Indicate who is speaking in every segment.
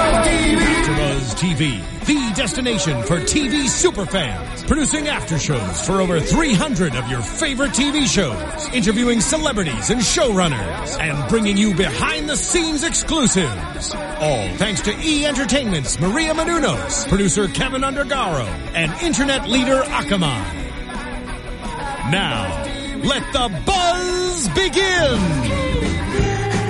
Speaker 1: AfterBuzz TV, the destination for TV superfans, producing aftershows for over 300 of your favorite TV shows, interviewing celebrities and showrunners, and bringing you behind-the-scenes exclusives. All thanks to E Entertainment's Maria Menounos, producer Kevin Undergaro, and internet leader Akamai. Now, let the buzz begin.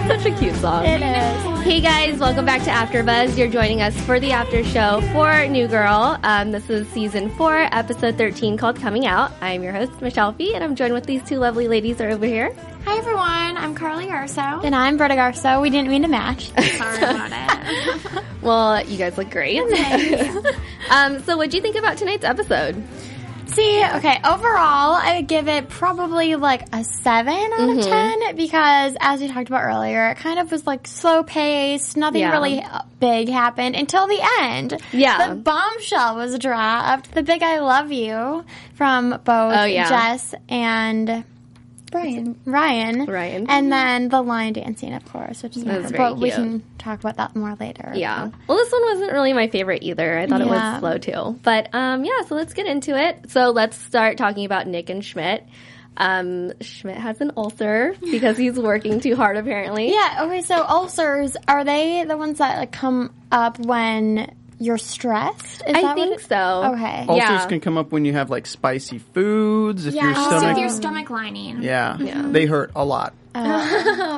Speaker 2: Such a cute song.
Speaker 3: It is. Hey guys, welcome back to AfterBuzz. You're joining us for the after show for New Girl. Um, this is season four, episode 13, called Coming Out. I'm your host Michelle Fee, and I'm joined with these two lovely ladies that are over here.
Speaker 4: Hi everyone, I'm Carly Arso.
Speaker 5: And I'm Britta Garso. We didn't mean to match.
Speaker 4: Sorry about it.
Speaker 3: Well, you guys look great. um, so, what do you think about tonight's episode?
Speaker 5: See, okay, overall, I would give it probably like a 7 out
Speaker 3: Mm-hmm.
Speaker 5: of 10 because as we talked about earlier, it kind of was like slow paced, nothing
Speaker 3: Yeah.
Speaker 5: really uh, big happened until the end.
Speaker 3: Yeah.
Speaker 5: The bombshell was dropped, the big I love you from both
Speaker 3: Oh, yeah.
Speaker 5: Jess and Brian. Ryan.
Speaker 3: Ryan.
Speaker 5: And then the line dancing, of course, which is my
Speaker 3: was
Speaker 5: favorite,
Speaker 3: very
Speaker 5: but we
Speaker 3: cute.
Speaker 5: can talk about that more later.
Speaker 3: Yeah. Well, this one wasn't really my favorite either. I thought
Speaker 5: Yeah.
Speaker 3: it was slow too. But um, yeah, so let's get into it. So let's start talking about Nick and Schmidt. Um, Schmidt has an ulcer because he's working too hard, apparently.
Speaker 5: Yeah. Okay. So ulcers are they the ones that like come up when you're stressed?
Speaker 3: I
Speaker 5: Is that what
Speaker 3: think
Speaker 5: it-
Speaker 3: so.
Speaker 5: Okay.
Speaker 6: Ulcers
Speaker 3: Yeah.
Speaker 6: can come up when you have like spicy foods, if your
Speaker 5: Yeah.
Speaker 4: Also,
Speaker 6: stomach.
Speaker 4: your stomach lining.
Speaker 6: yeah. They hurt a lot.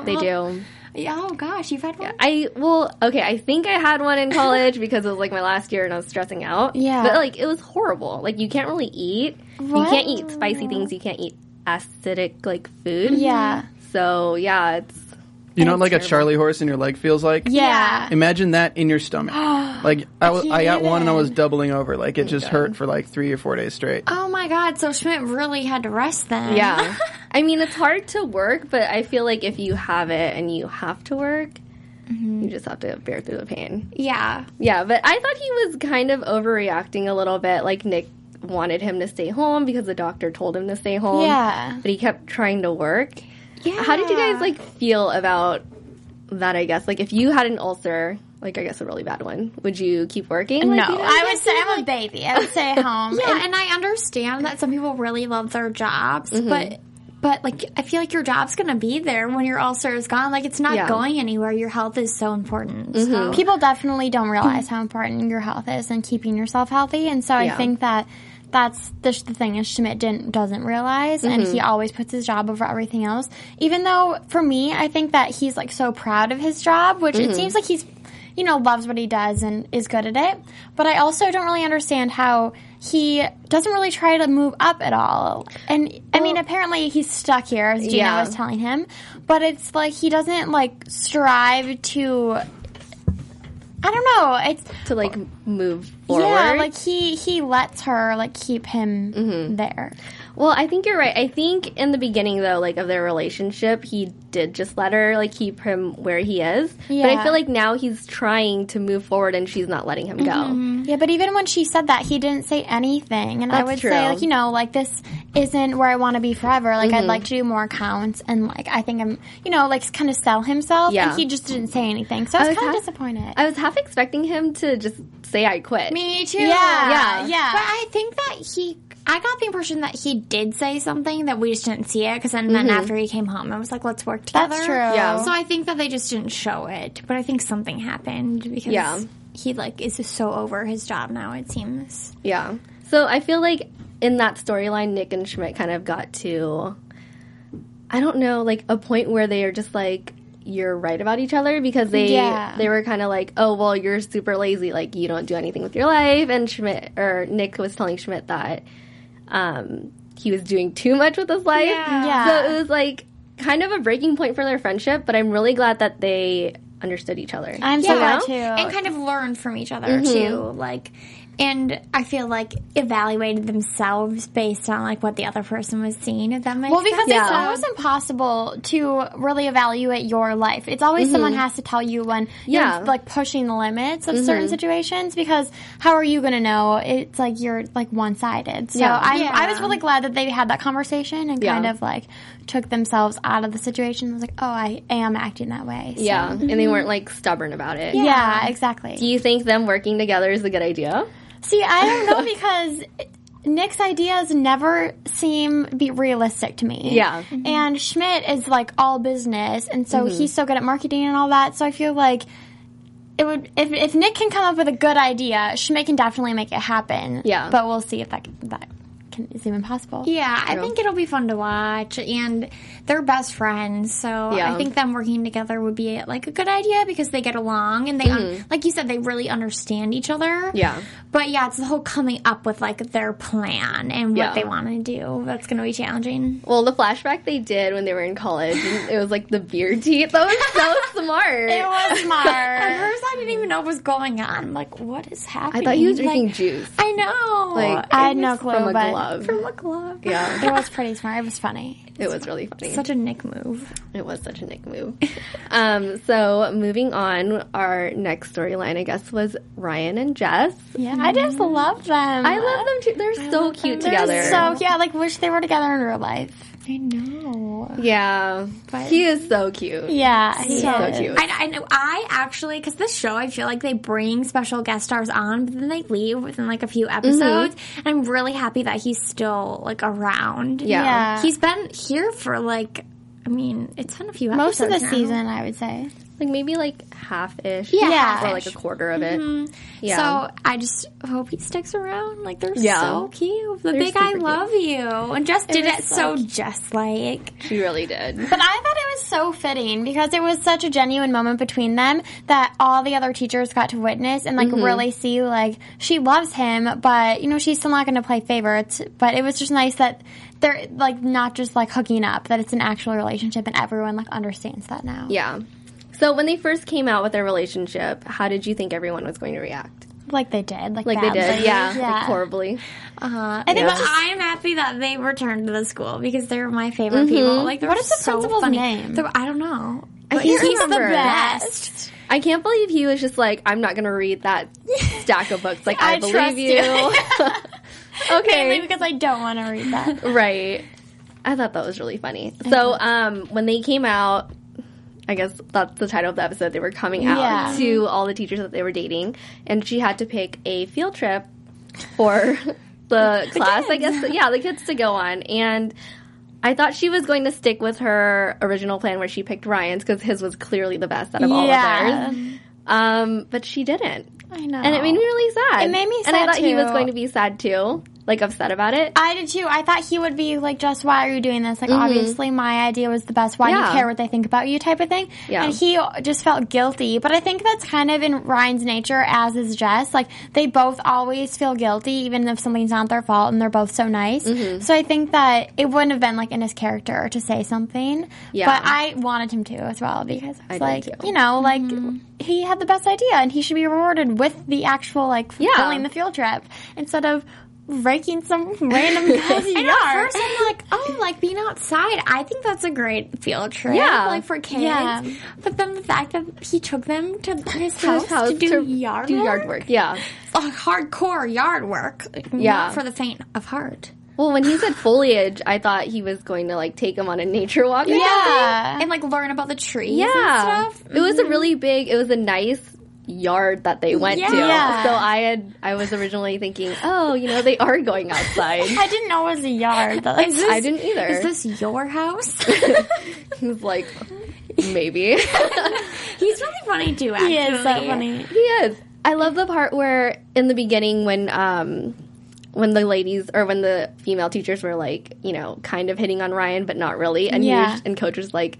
Speaker 3: They do.
Speaker 4: Yeah, Oh gosh, you've had one.
Speaker 3: I well, okay. I think I had one in college because it was like my last year and I was stressing out.
Speaker 5: Yeah.
Speaker 3: but like it was horrible. Like you can't really eat. You can't eat spicy things. You can't eat acidic like food.
Speaker 5: Yeah.
Speaker 3: So yeah, it's
Speaker 6: You know, what, like a Charlie horse in your leg feels like.
Speaker 5: Yeah.
Speaker 6: Imagine that in your stomach. like I, was, I got
Speaker 5: can't
Speaker 6: one and I was
Speaker 5: even.
Speaker 6: doubling over. Like it just hurt for like three or four days straight.
Speaker 4: Oh my god, so Schmidt really had to rest then.
Speaker 3: yeah. I mean, it's hard to work, but I feel like if you have it and you have to work.
Speaker 4: Mm-hmm.
Speaker 3: You just have to bear through the pain.
Speaker 4: Yeah.
Speaker 3: Yeah, but I thought he was kind of overreacting a little bit. Like, Nick wanted him to stay home because the doctor told him to stay home.
Speaker 5: Yeah.
Speaker 3: But he kept trying to work.
Speaker 4: Yeah.
Speaker 3: How did you guys like feel about that? I guess like if you had an ulcer, like I guess a really bad one, would you keep working?
Speaker 5: No,
Speaker 3: Like, you know?
Speaker 5: I would say I'm a baby. I would stay home.
Speaker 4: Yeah, and I understand that some people really love their jobs,
Speaker 5: Mm-hmm.
Speaker 4: but but like I feel like your job's gonna be there when your ulcer is gone. Like it's not
Speaker 3: Yeah.
Speaker 4: going anywhere. Your health is so important. So.
Speaker 5: And People definitely don't realize how important your health is and keeping yourself healthy, and so
Speaker 3: Yeah.
Speaker 5: I think that that's the, sh- the thing is Schmidt didn't doesn't realize, and he always puts his job over everything else. Even though for me, I think that he's like so proud of his job, which it seems like he's you know loves what he does and is good at it. But I also don't really understand how he doesn't really try to move up at all. And I mean, apparently he's stuck here, as Gina
Speaker 3: Yeah.
Speaker 5: was telling him. But it's like he doesn't like strive to I don't know. It's
Speaker 3: to like move forward. Mm-hmm.
Speaker 5: yeah, like he he lets her like keep him there.
Speaker 3: well, I think you're right. I think in the beginning though, like of their relationship, he did just let her like keep him where he is. But I
Speaker 5: Yeah.
Speaker 3: feel like now he's trying to move forward, and she's not letting him go.
Speaker 5: Yeah, but even when she said that, he didn't say anything, and I
Speaker 3: That's
Speaker 5: would
Speaker 3: true. Mm-hmm.
Speaker 5: say like you know like this isn't where I want to be forever. Like I'd like to do more accounts, and like I think I'm you know like kind of sell himself.
Speaker 3: Yeah.
Speaker 5: and he just didn't say anything, so I was,
Speaker 3: was
Speaker 5: kind of
Speaker 3: half-
Speaker 5: disappointed.
Speaker 3: I was half expecting him to just say, "I quit."
Speaker 4: Me too.
Speaker 5: yeah,
Speaker 3: yeah.
Speaker 5: yeah.
Speaker 4: But I think that he, I got the impression that he did say something that we just didn't see it. Because then, then after he came home, I was like, let's work together.
Speaker 5: Mm-hmm. That's true. Yeah.
Speaker 4: So I think that they just didn't show it. But I think something happened because
Speaker 3: Yeah.
Speaker 4: he like is just so over his job now. It seems.
Speaker 3: Yeah. So I feel like in that storyline, Nick and Schmidt kind of got to, I don't know, like a point where they are just like, you're right about each other because they
Speaker 5: Yeah.
Speaker 3: they were kind of like, oh well, you're super lazy, like you don't do anything with your life. And Schmidt or Nick was telling Schmidt that um, he was doing too much with his life.
Speaker 4: Yeah.
Speaker 5: Yeah.
Speaker 3: So it was like kind of a breaking point for their friendship. But I'm really glad that they understood each other.
Speaker 5: I'm so glad too.
Speaker 4: And kind of learn from each other too. Like and I feel like evaluated themselves based on like what the other person was seeing. If that makes
Speaker 5: Well, because
Speaker 4: sense.
Speaker 5: it's almost impossible to really evaluate your life. It's always someone has to tell you when
Speaker 3: Mm-hmm. Yeah. Mm-hmm.
Speaker 5: you're like pushing the limits of certain situations. Because how are you going to know? It's like you're like one sided. So
Speaker 3: Yeah.
Speaker 5: I'm, I
Speaker 4: Yeah.
Speaker 5: was really glad that they had that conversation and
Speaker 3: Yeah.
Speaker 5: kind of like took themselves out of the situation. I was like, oh, I am acting that way. So-
Speaker 3: Yeah, and they weren't like stubborn about it.
Speaker 5: Yeah, exactly.
Speaker 3: Do you think them working together is a good idea?
Speaker 5: See, I don't know because Nick's ideas never seem be realistic to me.
Speaker 3: Yeah. Mm-hmm.
Speaker 5: And Schmidt is like all business, and so he's so good at marketing and all that. So I feel like it would if, if Nick can come up with a good idea, Schmidt can definitely make it happen.
Speaker 3: Yeah.
Speaker 5: But we'll see if that that can, is even possible.
Speaker 4: Yeah, I think it'll be fun to watch, and they're best friends, so
Speaker 3: Yeah.
Speaker 4: I think them working together would be like a good idea because they get along and they, un- like you said, they really understand each other.
Speaker 3: Mm-hmm. Yeah.
Speaker 4: but yeah, it's the whole coming up with like their plan and
Speaker 3: Yeah.
Speaker 4: what they want to do. That's going to be challenging.
Speaker 3: Well, the flashback they did when they were in college, and it was like the beard teeth. That was so smart.
Speaker 5: It was
Speaker 4: At
Speaker 5: smart.
Speaker 4: first, I didn't even know what was going on. I'm like, what is
Speaker 3: I
Speaker 4: happening?
Speaker 3: thought you were
Speaker 4: Like,
Speaker 3: drinking juice.
Speaker 4: I know.
Speaker 3: Like,
Speaker 5: I had no
Speaker 3: It's
Speaker 5: clue,
Speaker 3: from a
Speaker 5: but
Speaker 3: glove.
Speaker 4: from a glove.
Speaker 3: yeah,
Speaker 5: it was pretty smart. It was funny.
Speaker 3: it was really funny.
Speaker 4: Such a Nick move.
Speaker 3: It was such a Nick move. um, so moving on, our next storyline, I guess, was Ryan and Jess.
Speaker 5: Yeah, I just love them.
Speaker 3: I love them too. They're so cute together.
Speaker 5: They're so yeah, like wish they were together in real life.
Speaker 4: I know.
Speaker 3: yeah, he is so cute.
Speaker 5: Yeah, he
Speaker 3: so
Speaker 5: is.
Speaker 3: cute.
Speaker 4: I, I know. I actually, because this show, I feel like they bring special guest stars on, but then they leave within like a few
Speaker 5: Mm-hmm.
Speaker 4: episodes. And I'm really happy that he's still like around.
Speaker 3: Yeah.
Speaker 5: Yeah.
Speaker 4: he's been here for like. I mean, it's been a few
Speaker 5: most
Speaker 4: episodes
Speaker 5: of the
Speaker 4: now.
Speaker 5: season, I would say.
Speaker 3: like maybe like half ish.
Speaker 5: Yeah,
Speaker 3: or
Speaker 5: Yeah.
Speaker 3: like a quarter of it. Yeah.
Speaker 4: So I just hope he sticks around. Like they're
Speaker 3: Yeah.
Speaker 4: so cute. The big
Speaker 3: super
Speaker 4: I
Speaker 3: cute.
Speaker 4: love you, and Jess did
Speaker 5: was
Speaker 4: it so just like
Speaker 3: she really did.
Speaker 5: But I thought it was so fitting because it was such a genuine moment between them that all the other teachers got to witness and like
Speaker 3: Mm-hmm.
Speaker 5: really see like she loves him, but you know she's still not going to play favorites. But it was just nice that they're like not just like hooking up, that it's an actual relationship and everyone like understands that now.
Speaker 3: Yeah. So when they first came out with their relationship, how did you think everyone was going to react?
Speaker 5: like they did, like,
Speaker 3: Like they
Speaker 5: badly.
Speaker 3: did, yeah, Like
Speaker 5: yeah.
Speaker 3: horribly.
Speaker 4: Uh, I think
Speaker 3: Yeah.
Speaker 4: I'm happy that they returned to the school because they're my
Speaker 3: Mm-hmm.
Speaker 4: favorite people. Like, they're
Speaker 5: What is the
Speaker 4: so
Speaker 5: principal's
Speaker 4: funny.
Speaker 5: name?
Speaker 4: They're- I don't know. I
Speaker 3: can't
Speaker 4: he's the
Speaker 3: remember.
Speaker 4: best.
Speaker 3: I can't believe he was just like, I'm not going to read that stack of books. Like I,
Speaker 5: I
Speaker 3: believe
Speaker 5: trust
Speaker 3: you.
Speaker 5: Mainly
Speaker 3: okay,
Speaker 5: because I don't want to read that.
Speaker 3: right. I thought that was really funny. So um, when they came out. I guess that's the title of the episode. They were coming out
Speaker 5: Yeah.
Speaker 3: to all the teachers that they were dating, and she had to pick a field trip for the class, I guess. Yeah, the kids to go on. And I thought she was going to stick with her original plan where she picked Ryan's because his was clearly the best out of all
Speaker 5: Yeah.
Speaker 3: of theirs. Um, but she didn't.
Speaker 5: I know.
Speaker 3: And it made me really sad.
Speaker 5: It made me
Speaker 3: And I
Speaker 5: sad,
Speaker 3: thought he was
Speaker 5: too.
Speaker 3: going to be sad too, like upset about it.
Speaker 5: I did too. I thought he would be like, just why are you doing this? Like, obviously, my idea was the best. Why do
Speaker 3: Mm-hmm. Yeah.
Speaker 5: you care what they think about you? Type of thing.
Speaker 3: Yeah.
Speaker 5: And he just felt guilty. But I think that's kind of in Ryan's nature, as is Jess. Like, they both always feel guilty, even if something's not their fault, and they're both so nice.
Speaker 3: Mm-hmm.
Speaker 5: So I think that it wouldn't have been like in his character to say something.
Speaker 3: Yeah.
Speaker 5: But I wanted him to as well because I
Speaker 3: I
Speaker 5: was like,
Speaker 3: did too. Mm-hmm.
Speaker 5: you know, like he had the best idea, and he should be rewarded with the actual like
Speaker 3: Yeah.
Speaker 5: fulfilling the field trip instead of raking some random guy's
Speaker 4: And at
Speaker 5: yard.
Speaker 4: first, I'm like, oh, like being outside. I think that's a great field trip.
Speaker 3: Yeah.
Speaker 4: like for kids.
Speaker 5: Yeah.
Speaker 4: But then the fact that he took them to his house,
Speaker 3: House
Speaker 4: to do yard
Speaker 3: do
Speaker 4: work,
Speaker 3: yard work. Yeah.
Speaker 4: Like, hardcore yard work.
Speaker 3: Yeah.
Speaker 4: not for the faint of heart.
Speaker 3: Well, when he said foliage, I thought he was going to like take him on a nature walk. or
Speaker 5: Yeah.
Speaker 4: and like learn about the trees.
Speaker 3: yeah.
Speaker 4: and stuff. Mm-hmm.
Speaker 3: It was a really big. It was a nice yard that they went to.
Speaker 5: Yeah.
Speaker 3: So I had I was originally thinking, oh, you know, they are going outside.
Speaker 5: I didn't know it was a yard. Though.
Speaker 4: Is this-
Speaker 3: I didn't either.
Speaker 4: Is this your house?
Speaker 3: He was like, maybe
Speaker 4: He's really funny too. Actually,
Speaker 5: He is so funny.
Speaker 3: he is. I love the part where in the beginning when um when the ladies or when the female teachers were like, you know, kind of hitting on Ryan but not really, and he
Speaker 5: Yeah.
Speaker 3: was, and coach was like.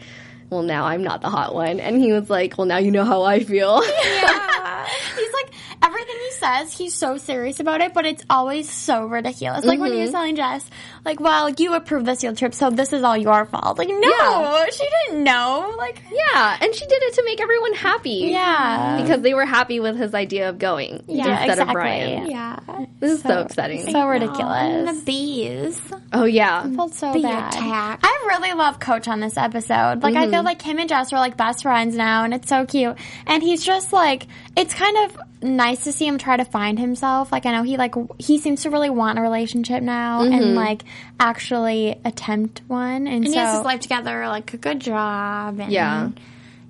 Speaker 3: Well, now I'm not the hot one, and he was like, "Well, now you know how I feel."
Speaker 4: Yeah.
Speaker 5: He's like everything he says, he's so serious about it, but it's always so ridiculous. Like when he was telling Jess, like, well, you approved this field trip, so this is all your fault. Like, no,
Speaker 3: Yeah.
Speaker 5: she didn't know. Like,
Speaker 3: Yeah, and she did it to make everyone happy.
Speaker 5: Yeah.
Speaker 3: Because they were happy with his idea of going instead of Brian.
Speaker 4: Yeah.
Speaker 3: This is so, upsetting.
Speaker 5: So ridiculous.
Speaker 4: The bees.
Speaker 3: oh, yeah.
Speaker 5: felt so
Speaker 4: Be
Speaker 5: bad.
Speaker 4: attacked.
Speaker 5: I really love Coach on this episode. Like I
Speaker 4: Mm-hmm.
Speaker 5: feel like him and Jess are like best friends now, and it's so cute. And he's just like it's kind of nice to see him try to find himself. Like I know he like w- he seems to really want a relationship now, and like actually attempt one. And,
Speaker 4: Mm-hmm. And
Speaker 5: so
Speaker 4: he has his life together, like a good job, and
Speaker 3: Yeah.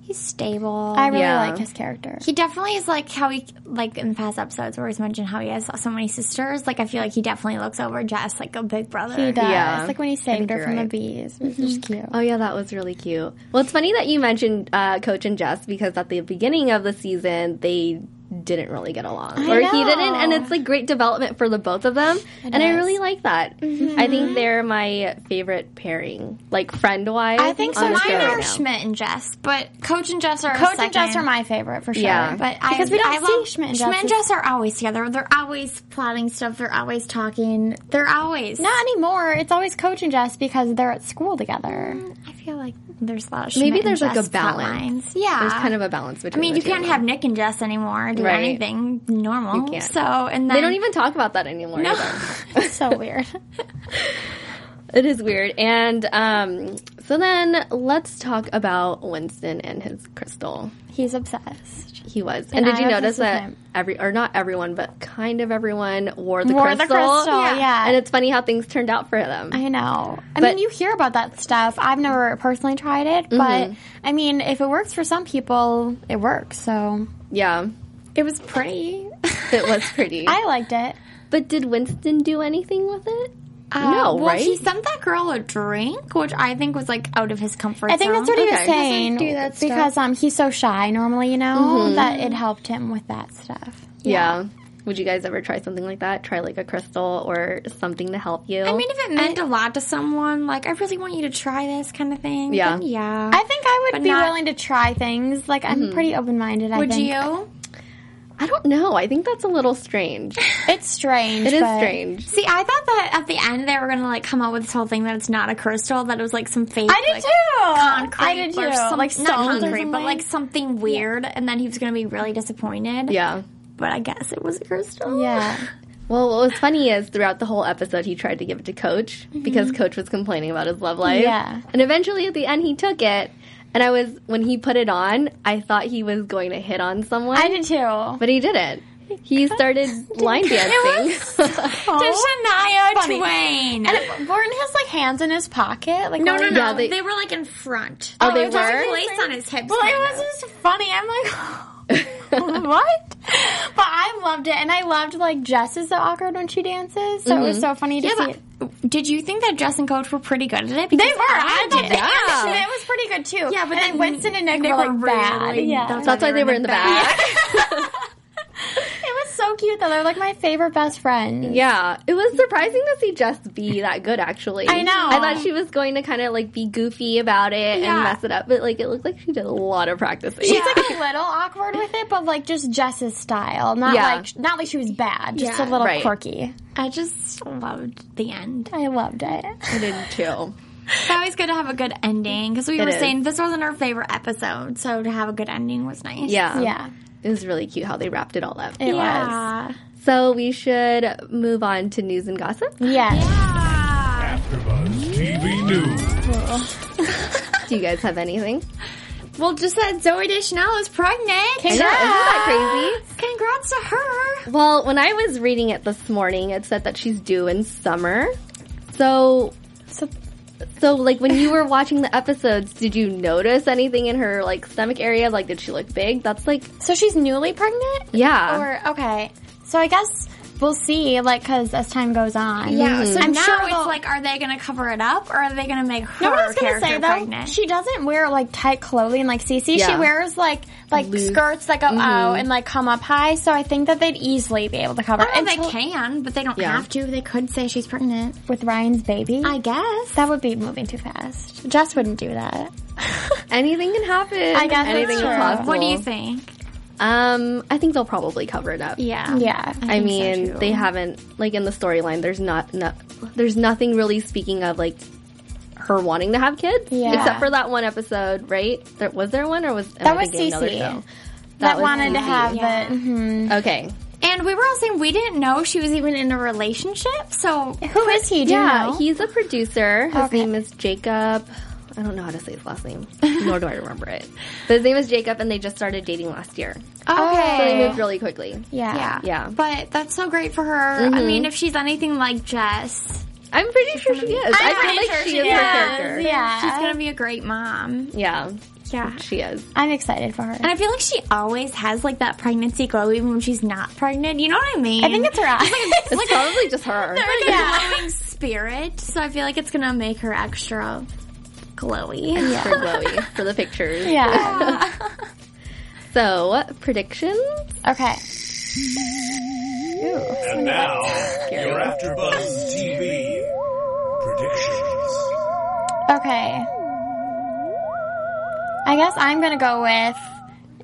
Speaker 4: he's stable.
Speaker 5: I really
Speaker 3: Yeah.
Speaker 5: like his character.
Speaker 4: he definitely is like how he like in past episodes where he's mentioned how he has so many sisters. Like I feel like he definitely looks over Jess like a big brother.
Speaker 5: He does.
Speaker 3: Yeah.
Speaker 5: Like when he saved her
Speaker 3: you're
Speaker 5: from the
Speaker 3: right.
Speaker 5: bees, which
Speaker 4: Mm-hmm.
Speaker 5: is cute.
Speaker 3: Oh yeah, that was really cute. Well, it's funny that you mentioned uh, Coach and Jess because at the beginning of the season they didn't really get along, or he
Speaker 5: know.
Speaker 3: didn't, and it's like great development for the both of them, and I
Speaker 5: is. Mm-hmm.
Speaker 3: really like that. I think they're my favorite pairing, like friend wise.
Speaker 5: I think so,
Speaker 4: Mine
Speaker 5: Let's go
Speaker 4: are
Speaker 5: right
Speaker 4: Schmidt and Jess, but Coach and Jess are
Speaker 5: Coach
Speaker 4: second.
Speaker 5: and Jess are my favorite for sure.
Speaker 3: Yeah.
Speaker 4: But I,
Speaker 5: because we don't
Speaker 4: I
Speaker 5: see
Speaker 4: love,
Speaker 5: Schmidt and Jess.
Speaker 4: Schmidt and Jess are always together. They're always plotting stuff. They're always talking. They're always.
Speaker 5: Not anymore. It's always Coach and Jess because they're at school together.
Speaker 4: I feel like there's a lot of Schmidt
Speaker 3: Maybe
Speaker 4: and
Speaker 3: there's, like,
Speaker 4: Jess
Speaker 3: a balance.
Speaker 4: plot lines. Yeah,
Speaker 3: there's kind of a balance between.
Speaker 4: I mean,
Speaker 3: the
Speaker 4: you
Speaker 3: two
Speaker 4: can't
Speaker 3: of
Speaker 4: have
Speaker 3: them.
Speaker 4: Nick and Jess anymore do
Speaker 3: Right.
Speaker 4: anything normal.
Speaker 3: You can't.
Speaker 4: So and then
Speaker 3: They don't even talk about that anymore. Either.
Speaker 5: so weird.
Speaker 3: It is weird. And um, so then let's talk about Winston and his crystal.
Speaker 5: He's obsessed.
Speaker 3: He was. And, did
Speaker 5: I
Speaker 3: you
Speaker 5: was
Speaker 3: notice
Speaker 5: just the
Speaker 3: that
Speaker 5: same.
Speaker 3: every or not everyone, but kind of everyone wore the
Speaker 5: Wore the
Speaker 3: crystal.
Speaker 5: crystal, Yeah. yeah.
Speaker 3: And it's funny how things turned out for them.
Speaker 5: I know.
Speaker 3: But-
Speaker 5: I mean, you hear about that stuff. I've never personally tried it, but
Speaker 4: Mm-hmm.
Speaker 5: I mean, if it works for some people, it works. So
Speaker 3: yeah.
Speaker 4: it was pretty.
Speaker 3: It was pretty.
Speaker 5: I liked it.
Speaker 3: but did Winston do anything with it? no,
Speaker 5: Uh,
Speaker 4: well,
Speaker 3: right?
Speaker 4: he sent that girl a drink, which I think was like out of his comfort.
Speaker 5: I think that's what he was
Speaker 3: Okay.
Speaker 5: saying
Speaker 4: do that stuff. Mm-hmm.
Speaker 5: because um, he's so shy normally, you know, that it helped him with that stuff.
Speaker 3: yeah. Would you guys ever try something like that? Try like a crystal or something to help you?
Speaker 4: I mean, if it meant a lot to someone, like I really want you to try this kind of thing.
Speaker 3: Yeah.
Speaker 4: then yeah.
Speaker 5: I think I would
Speaker 4: But
Speaker 5: be
Speaker 4: not- Mm-hmm.
Speaker 5: willing to try things. Like I'm pretty open minded. I
Speaker 4: would
Speaker 5: think.
Speaker 4: you?
Speaker 3: I don't know. I think that's a little strange.
Speaker 5: It's strange.
Speaker 3: It is
Speaker 5: but-
Speaker 3: strange.
Speaker 4: See, I thought that at the end they were gonna like come up with this whole thing that it's not a crystal, that it was like some fake.
Speaker 5: I did
Speaker 4: like,
Speaker 5: too.
Speaker 4: Concrete
Speaker 5: I did too.
Speaker 4: or some,
Speaker 5: like
Speaker 4: not
Speaker 5: stones or
Speaker 4: concrete, but
Speaker 5: something.
Speaker 4: like something weird, and then he was gonna be really disappointed.
Speaker 3: Yeah.
Speaker 4: but I guess it was a crystal.
Speaker 5: yeah.
Speaker 3: Well, what was funny is throughout the whole episode, he tried to give it to Coach because Coach was complaining about his love life.
Speaker 5: Mm-hmm. Yeah.
Speaker 3: And eventually at the end, he took it. And I was, when he put it on, I thought he was going to hit on someone.
Speaker 5: I did too.
Speaker 3: But he didn't. He started line dancing.
Speaker 4: To Shania
Speaker 5: funny.
Speaker 4: Twain.
Speaker 5: And it, weren't his like hands in his pocket? Like
Speaker 4: no, no, no.
Speaker 3: Yeah, they-
Speaker 4: they, were like in front.
Speaker 3: Oh, they
Speaker 4: it was like
Speaker 3: were?
Speaker 4: placed on his hips.
Speaker 5: Well, it
Speaker 4: kind of.
Speaker 5: was just funny. I'm like, what? But I loved it, and I loved like Jess is so awkward when she dances, so it was so funny to see.
Speaker 4: Mm-hmm. Yeah,
Speaker 5: it.
Speaker 4: but did you think that Jess and Coach were pretty good at it? Because
Speaker 5: They were. I, thought
Speaker 4: did.
Speaker 5: the
Speaker 3: Yeah.
Speaker 5: dance it was pretty good too.
Speaker 4: Yeah, but
Speaker 5: and
Speaker 4: then
Speaker 5: Winston and Nick
Speaker 4: they
Speaker 5: were like
Speaker 4: were
Speaker 5: bad.
Speaker 4: really-
Speaker 5: Yeah,
Speaker 4: that's
Speaker 3: That's why they were in the back.
Speaker 5: it was so cute though. They're like my favorite best friends.
Speaker 3: Yeah. It was surprising to see Jess be that good, actually.
Speaker 5: I know.
Speaker 3: I thought she was going to kind of like be goofy about it and
Speaker 5: Yeah.
Speaker 3: mess it up. But like, it looked like she did a lot of practicing.
Speaker 5: She's like a little awkward with it, but like just Jess's style, not
Speaker 3: Yeah.
Speaker 5: like not like she was bad, just a
Speaker 4: Yeah,
Speaker 5: little
Speaker 3: right.
Speaker 5: quirky.
Speaker 4: I just loved the end.
Speaker 5: I loved it.
Speaker 3: I did too.
Speaker 4: It's always good to have a good ending because we were
Speaker 3: is.
Speaker 4: saying this wasn't our favorite episode, so to have a good ending was nice.
Speaker 3: Yeah.
Speaker 5: yeah,
Speaker 3: It was really cute how they wrapped it all up.
Speaker 5: it was.
Speaker 4: Yeah.
Speaker 3: So we should move on to news and gossip.
Speaker 5: Yes.
Speaker 4: Yeah.
Speaker 1: AfterBuzz TV News.
Speaker 3: Do you guys have anything?
Speaker 4: Well, just that Zoe Deschanel is pregnant.
Speaker 3: I know, isn't that crazy?
Speaker 4: Congrats to her.
Speaker 3: Well, when I was reading it this morning, it said that she's due in summer. So, so, like when you were watching the episodes, did you notice anything in her like stomach area? Like, did she look big? That's like,
Speaker 5: So she's newly pregnant?
Speaker 3: yeah,
Speaker 4: Uh-huh.
Speaker 5: Or, okay. So I guess we'll see, like, because as time goes on.
Speaker 4: Yeah. So
Speaker 5: I'm
Speaker 4: now
Speaker 5: sure
Speaker 4: it's
Speaker 5: they'll-
Speaker 4: like, are they going to cover it up or are they going to make her
Speaker 5: You know what I was gonna
Speaker 4: character
Speaker 5: say though?
Speaker 4: pregnant?
Speaker 5: She doesn't wear like tight clothing like Cece. She
Speaker 3: Yeah.
Speaker 5: wears like like
Speaker 3: Loose.
Speaker 5: skirts that go out and like come up high. So I think that they'd easily be able to cover.
Speaker 4: Mm-hmm. I don't know
Speaker 5: Until-
Speaker 4: they can, but they don't
Speaker 3: Yeah.
Speaker 4: have to. They could say she's pregnant.
Speaker 5: with Ryan's baby.
Speaker 4: I guess.
Speaker 5: that would be moving too fast. Jess wouldn't do that.
Speaker 3: anything can happen.
Speaker 5: I guess that's
Speaker 3: anything is
Speaker 5: true.
Speaker 3: possible.
Speaker 4: What do you think?
Speaker 3: Um, I think they'll probably cover it up.
Speaker 4: Yeah.
Speaker 5: Yeah.
Speaker 3: I, mean, they haven't like in the storyline. There's not, no, there's nothing really speaking of like her wanting to have kids,
Speaker 5: Yeah.
Speaker 3: except for that one episode, right? There, was there one, or was am
Speaker 5: That
Speaker 3: I
Speaker 5: was
Speaker 3: thinking another
Speaker 5: Cece.
Speaker 3: show?
Speaker 5: that,
Speaker 3: was
Speaker 5: wanted to
Speaker 3: Cece.
Speaker 5: have it.
Speaker 3: Okay,
Speaker 4: And we were all saying we didn't know she was even in a relationship. So
Speaker 5: Who is he? Do
Speaker 3: yeah,
Speaker 5: you know?
Speaker 3: he's a producer. His
Speaker 5: Okay.
Speaker 3: name is Jacob. I don't know how to say his last name, nor do I remember it. But his name is Jacob, and they just started dating last year. So they moved really quickly.
Speaker 5: Oh. yeah.
Speaker 4: yeah. Mm-hmm.
Speaker 3: Yeah.
Speaker 4: But that's so great for her. I mean, if she's anything like Jess,
Speaker 3: I'm pretty sure she is. i feel
Speaker 4: pretty
Speaker 3: like
Speaker 4: sure
Speaker 3: she
Speaker 4: she
Speaker 3: is
Speaker 4: is.
Speaker 3: her character.
Speaker 5: Yeah.
Speaker 4: she's going to be a great mom.
Speaker 3: Yeah,
Speaker 4: Yeah.
Speaker 3: she is.
Speaker 5: I'm excited for her.
Speaker 4: And I feel like she always has like that pregnancy glow even when she's not pregnant. You know what I mean?
Speaker 5: I think it's her eyes.
Speaker 3: It's probably just her.
Speaker 4: like a glowing spirit. So I feel like it's going to make her extra glowy.
Speaker 3: for Chloe for the pictures.
Speaker 5: yeah.
Speaker 3: So predictions.
Speaker 5: Okay.
Speaker 7: And now, your AfterBuzz TV predictions.
Speaker 5: Okay. I guess I'm gonna go with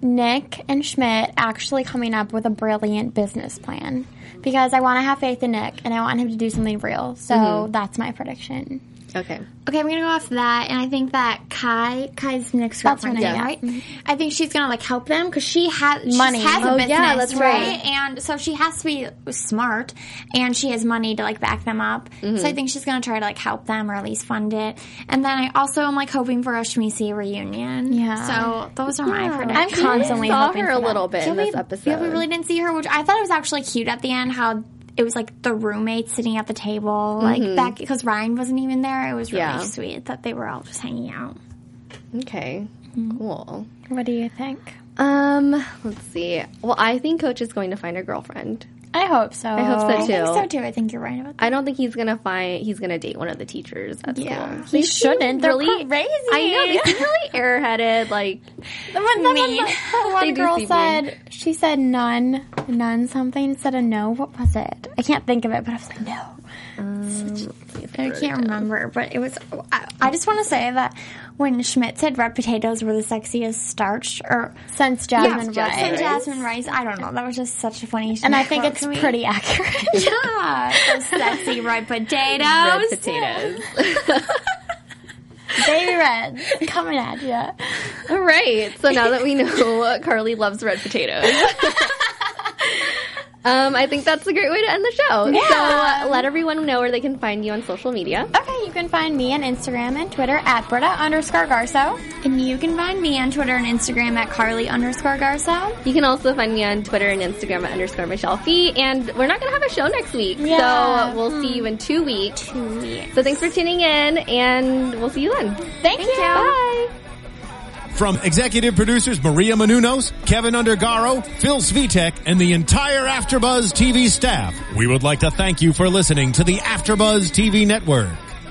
Speaker 5: Nick and Schmidt actually coming up with a brilliant business plan because I want to have faith in Nick and I want him to do something real. So that's my prediction.
Speaker 3: Okay.
Speaker 4: Okay, I'm gonna go off that, and I think that Kai, Kai's next
Speaker 5: That's
Speaker 4: girlfriend,
Speaker 5: her name, yeah.
Speaker 4: right? I think she's gonna like help them because she has she
Speaker 5: Money.
Speaker 4: has a
Speaker 5: Oh, yeah,
Speaker 4: business,
Speaker 3: that's
Speaker 4: right?
Speaker 3: right.
Speaker 4: And so she has to be smart, and she has money to like back them up. So
Speaker 5: Mm-hmm.
Speaker 4: I think she's gonna try to like help them or at least fund it. And then I also am like hoping for a Shmisi reunion.
Speaker 5: Yeah.
Speaker 4: So those are my
Speaker 5: I'm
Speaker 4: predictions.
Speaker 5: constantly
Speaker 3: Saw
Speaker 5: hoping
Speaker 3: her
Speaker 5: for
Speaker 3: a
Speaker 5: that.
Speaker 3: little bit in
Speaker 4: Yeah,
Speaker 3: this
Speaker 4: we-
Speaker 3: episode.
Speaker 4: Yeah, we really didn't see her, which I thought it was actually cute at the end how it was like the roommates sitting at the table,
Speaker 5: Mm-hmm.
Speaker 4: like back because Ryan wasn't even there. It was really
Speaker 3: Yeah.
Speaker 4: sweet that they were all just hanging out.
Speaker 3: okay. Cool.
Speaker 5: What do you think?
Speaker 3: Mm-hmm. Um, let's see. Well, I think Coach is going to find a girlfriend.
Speaker 5: I hope so. Oh, I
Speaker 3: hope so,
Speaker 4: I think
Speaker 3: too.
Speaker 4: so too. I think you're right about that.
Speaker 3: I don't think he's gonna find. He's gonna date one of the teachers at
Speaker 4: Yeah.
Speaker 3: school.
Speaker 5: He shouldn't. They're
Speaker 3: really-
Speaker 5: crazy.
Speaker 3: I know they seem really airheaded. Like
Speaker 5: When that one,
Speaker 4: Mean.
Speaker 5: that one
Speaker 3: They do
Speaker 5: girl
Speaker 3: seem
Speaker 5: said she said none, none something instead of no. What was it? I can't think of it, but I was like no.
Speaker 4: Um, I can't remember, but it was. I, I just want to say that when Schmidt said red potatoes were the sexiest starch, or
Speaker 5: Since Jasmine
Speaker 3: Jasmine
Speaker 5: Rice.
Speaker 4: and Jasmine Rice, I don't know. That was just such a funny.
Speaker 5: and I think it's pretty accurate.
Speaker 4: Yeah, those sexy red potatoes.
Speaker 3: red potatoes.
Speaker 5: Baby Red coming at you.
Speaker 3: All right. So now that we know Carly loves red potatoes. Um, I think that's a great way to end the show. So uh, let everyone know where they can find you on social media.
Speaker 5: Okay, you can find me on Instagram and Twitter at Britta underscore Garso.
Speaker 4: And you can find me on Twitter and Instagram at Carly underscore Garza.
Speaker 3: You can also find me on Twitter and Instagram at underscore Michelle Fee. And we're not going to have a show next week.
Speaker 5: Yeah.
Speaker 3: So we'll see you in two weeks. Two weeks. So thanks for tuning in, and we'll see you then.
Speaker 5: Thank, you.
Speaker 3: Bye.
Speaker 1: From executive producers Maria Manunos, Kevin Undergaro, Phil Svitek, and the entire Afterbuzz TV staff, we would like to thank you for listening to the Afterbuzz TV network.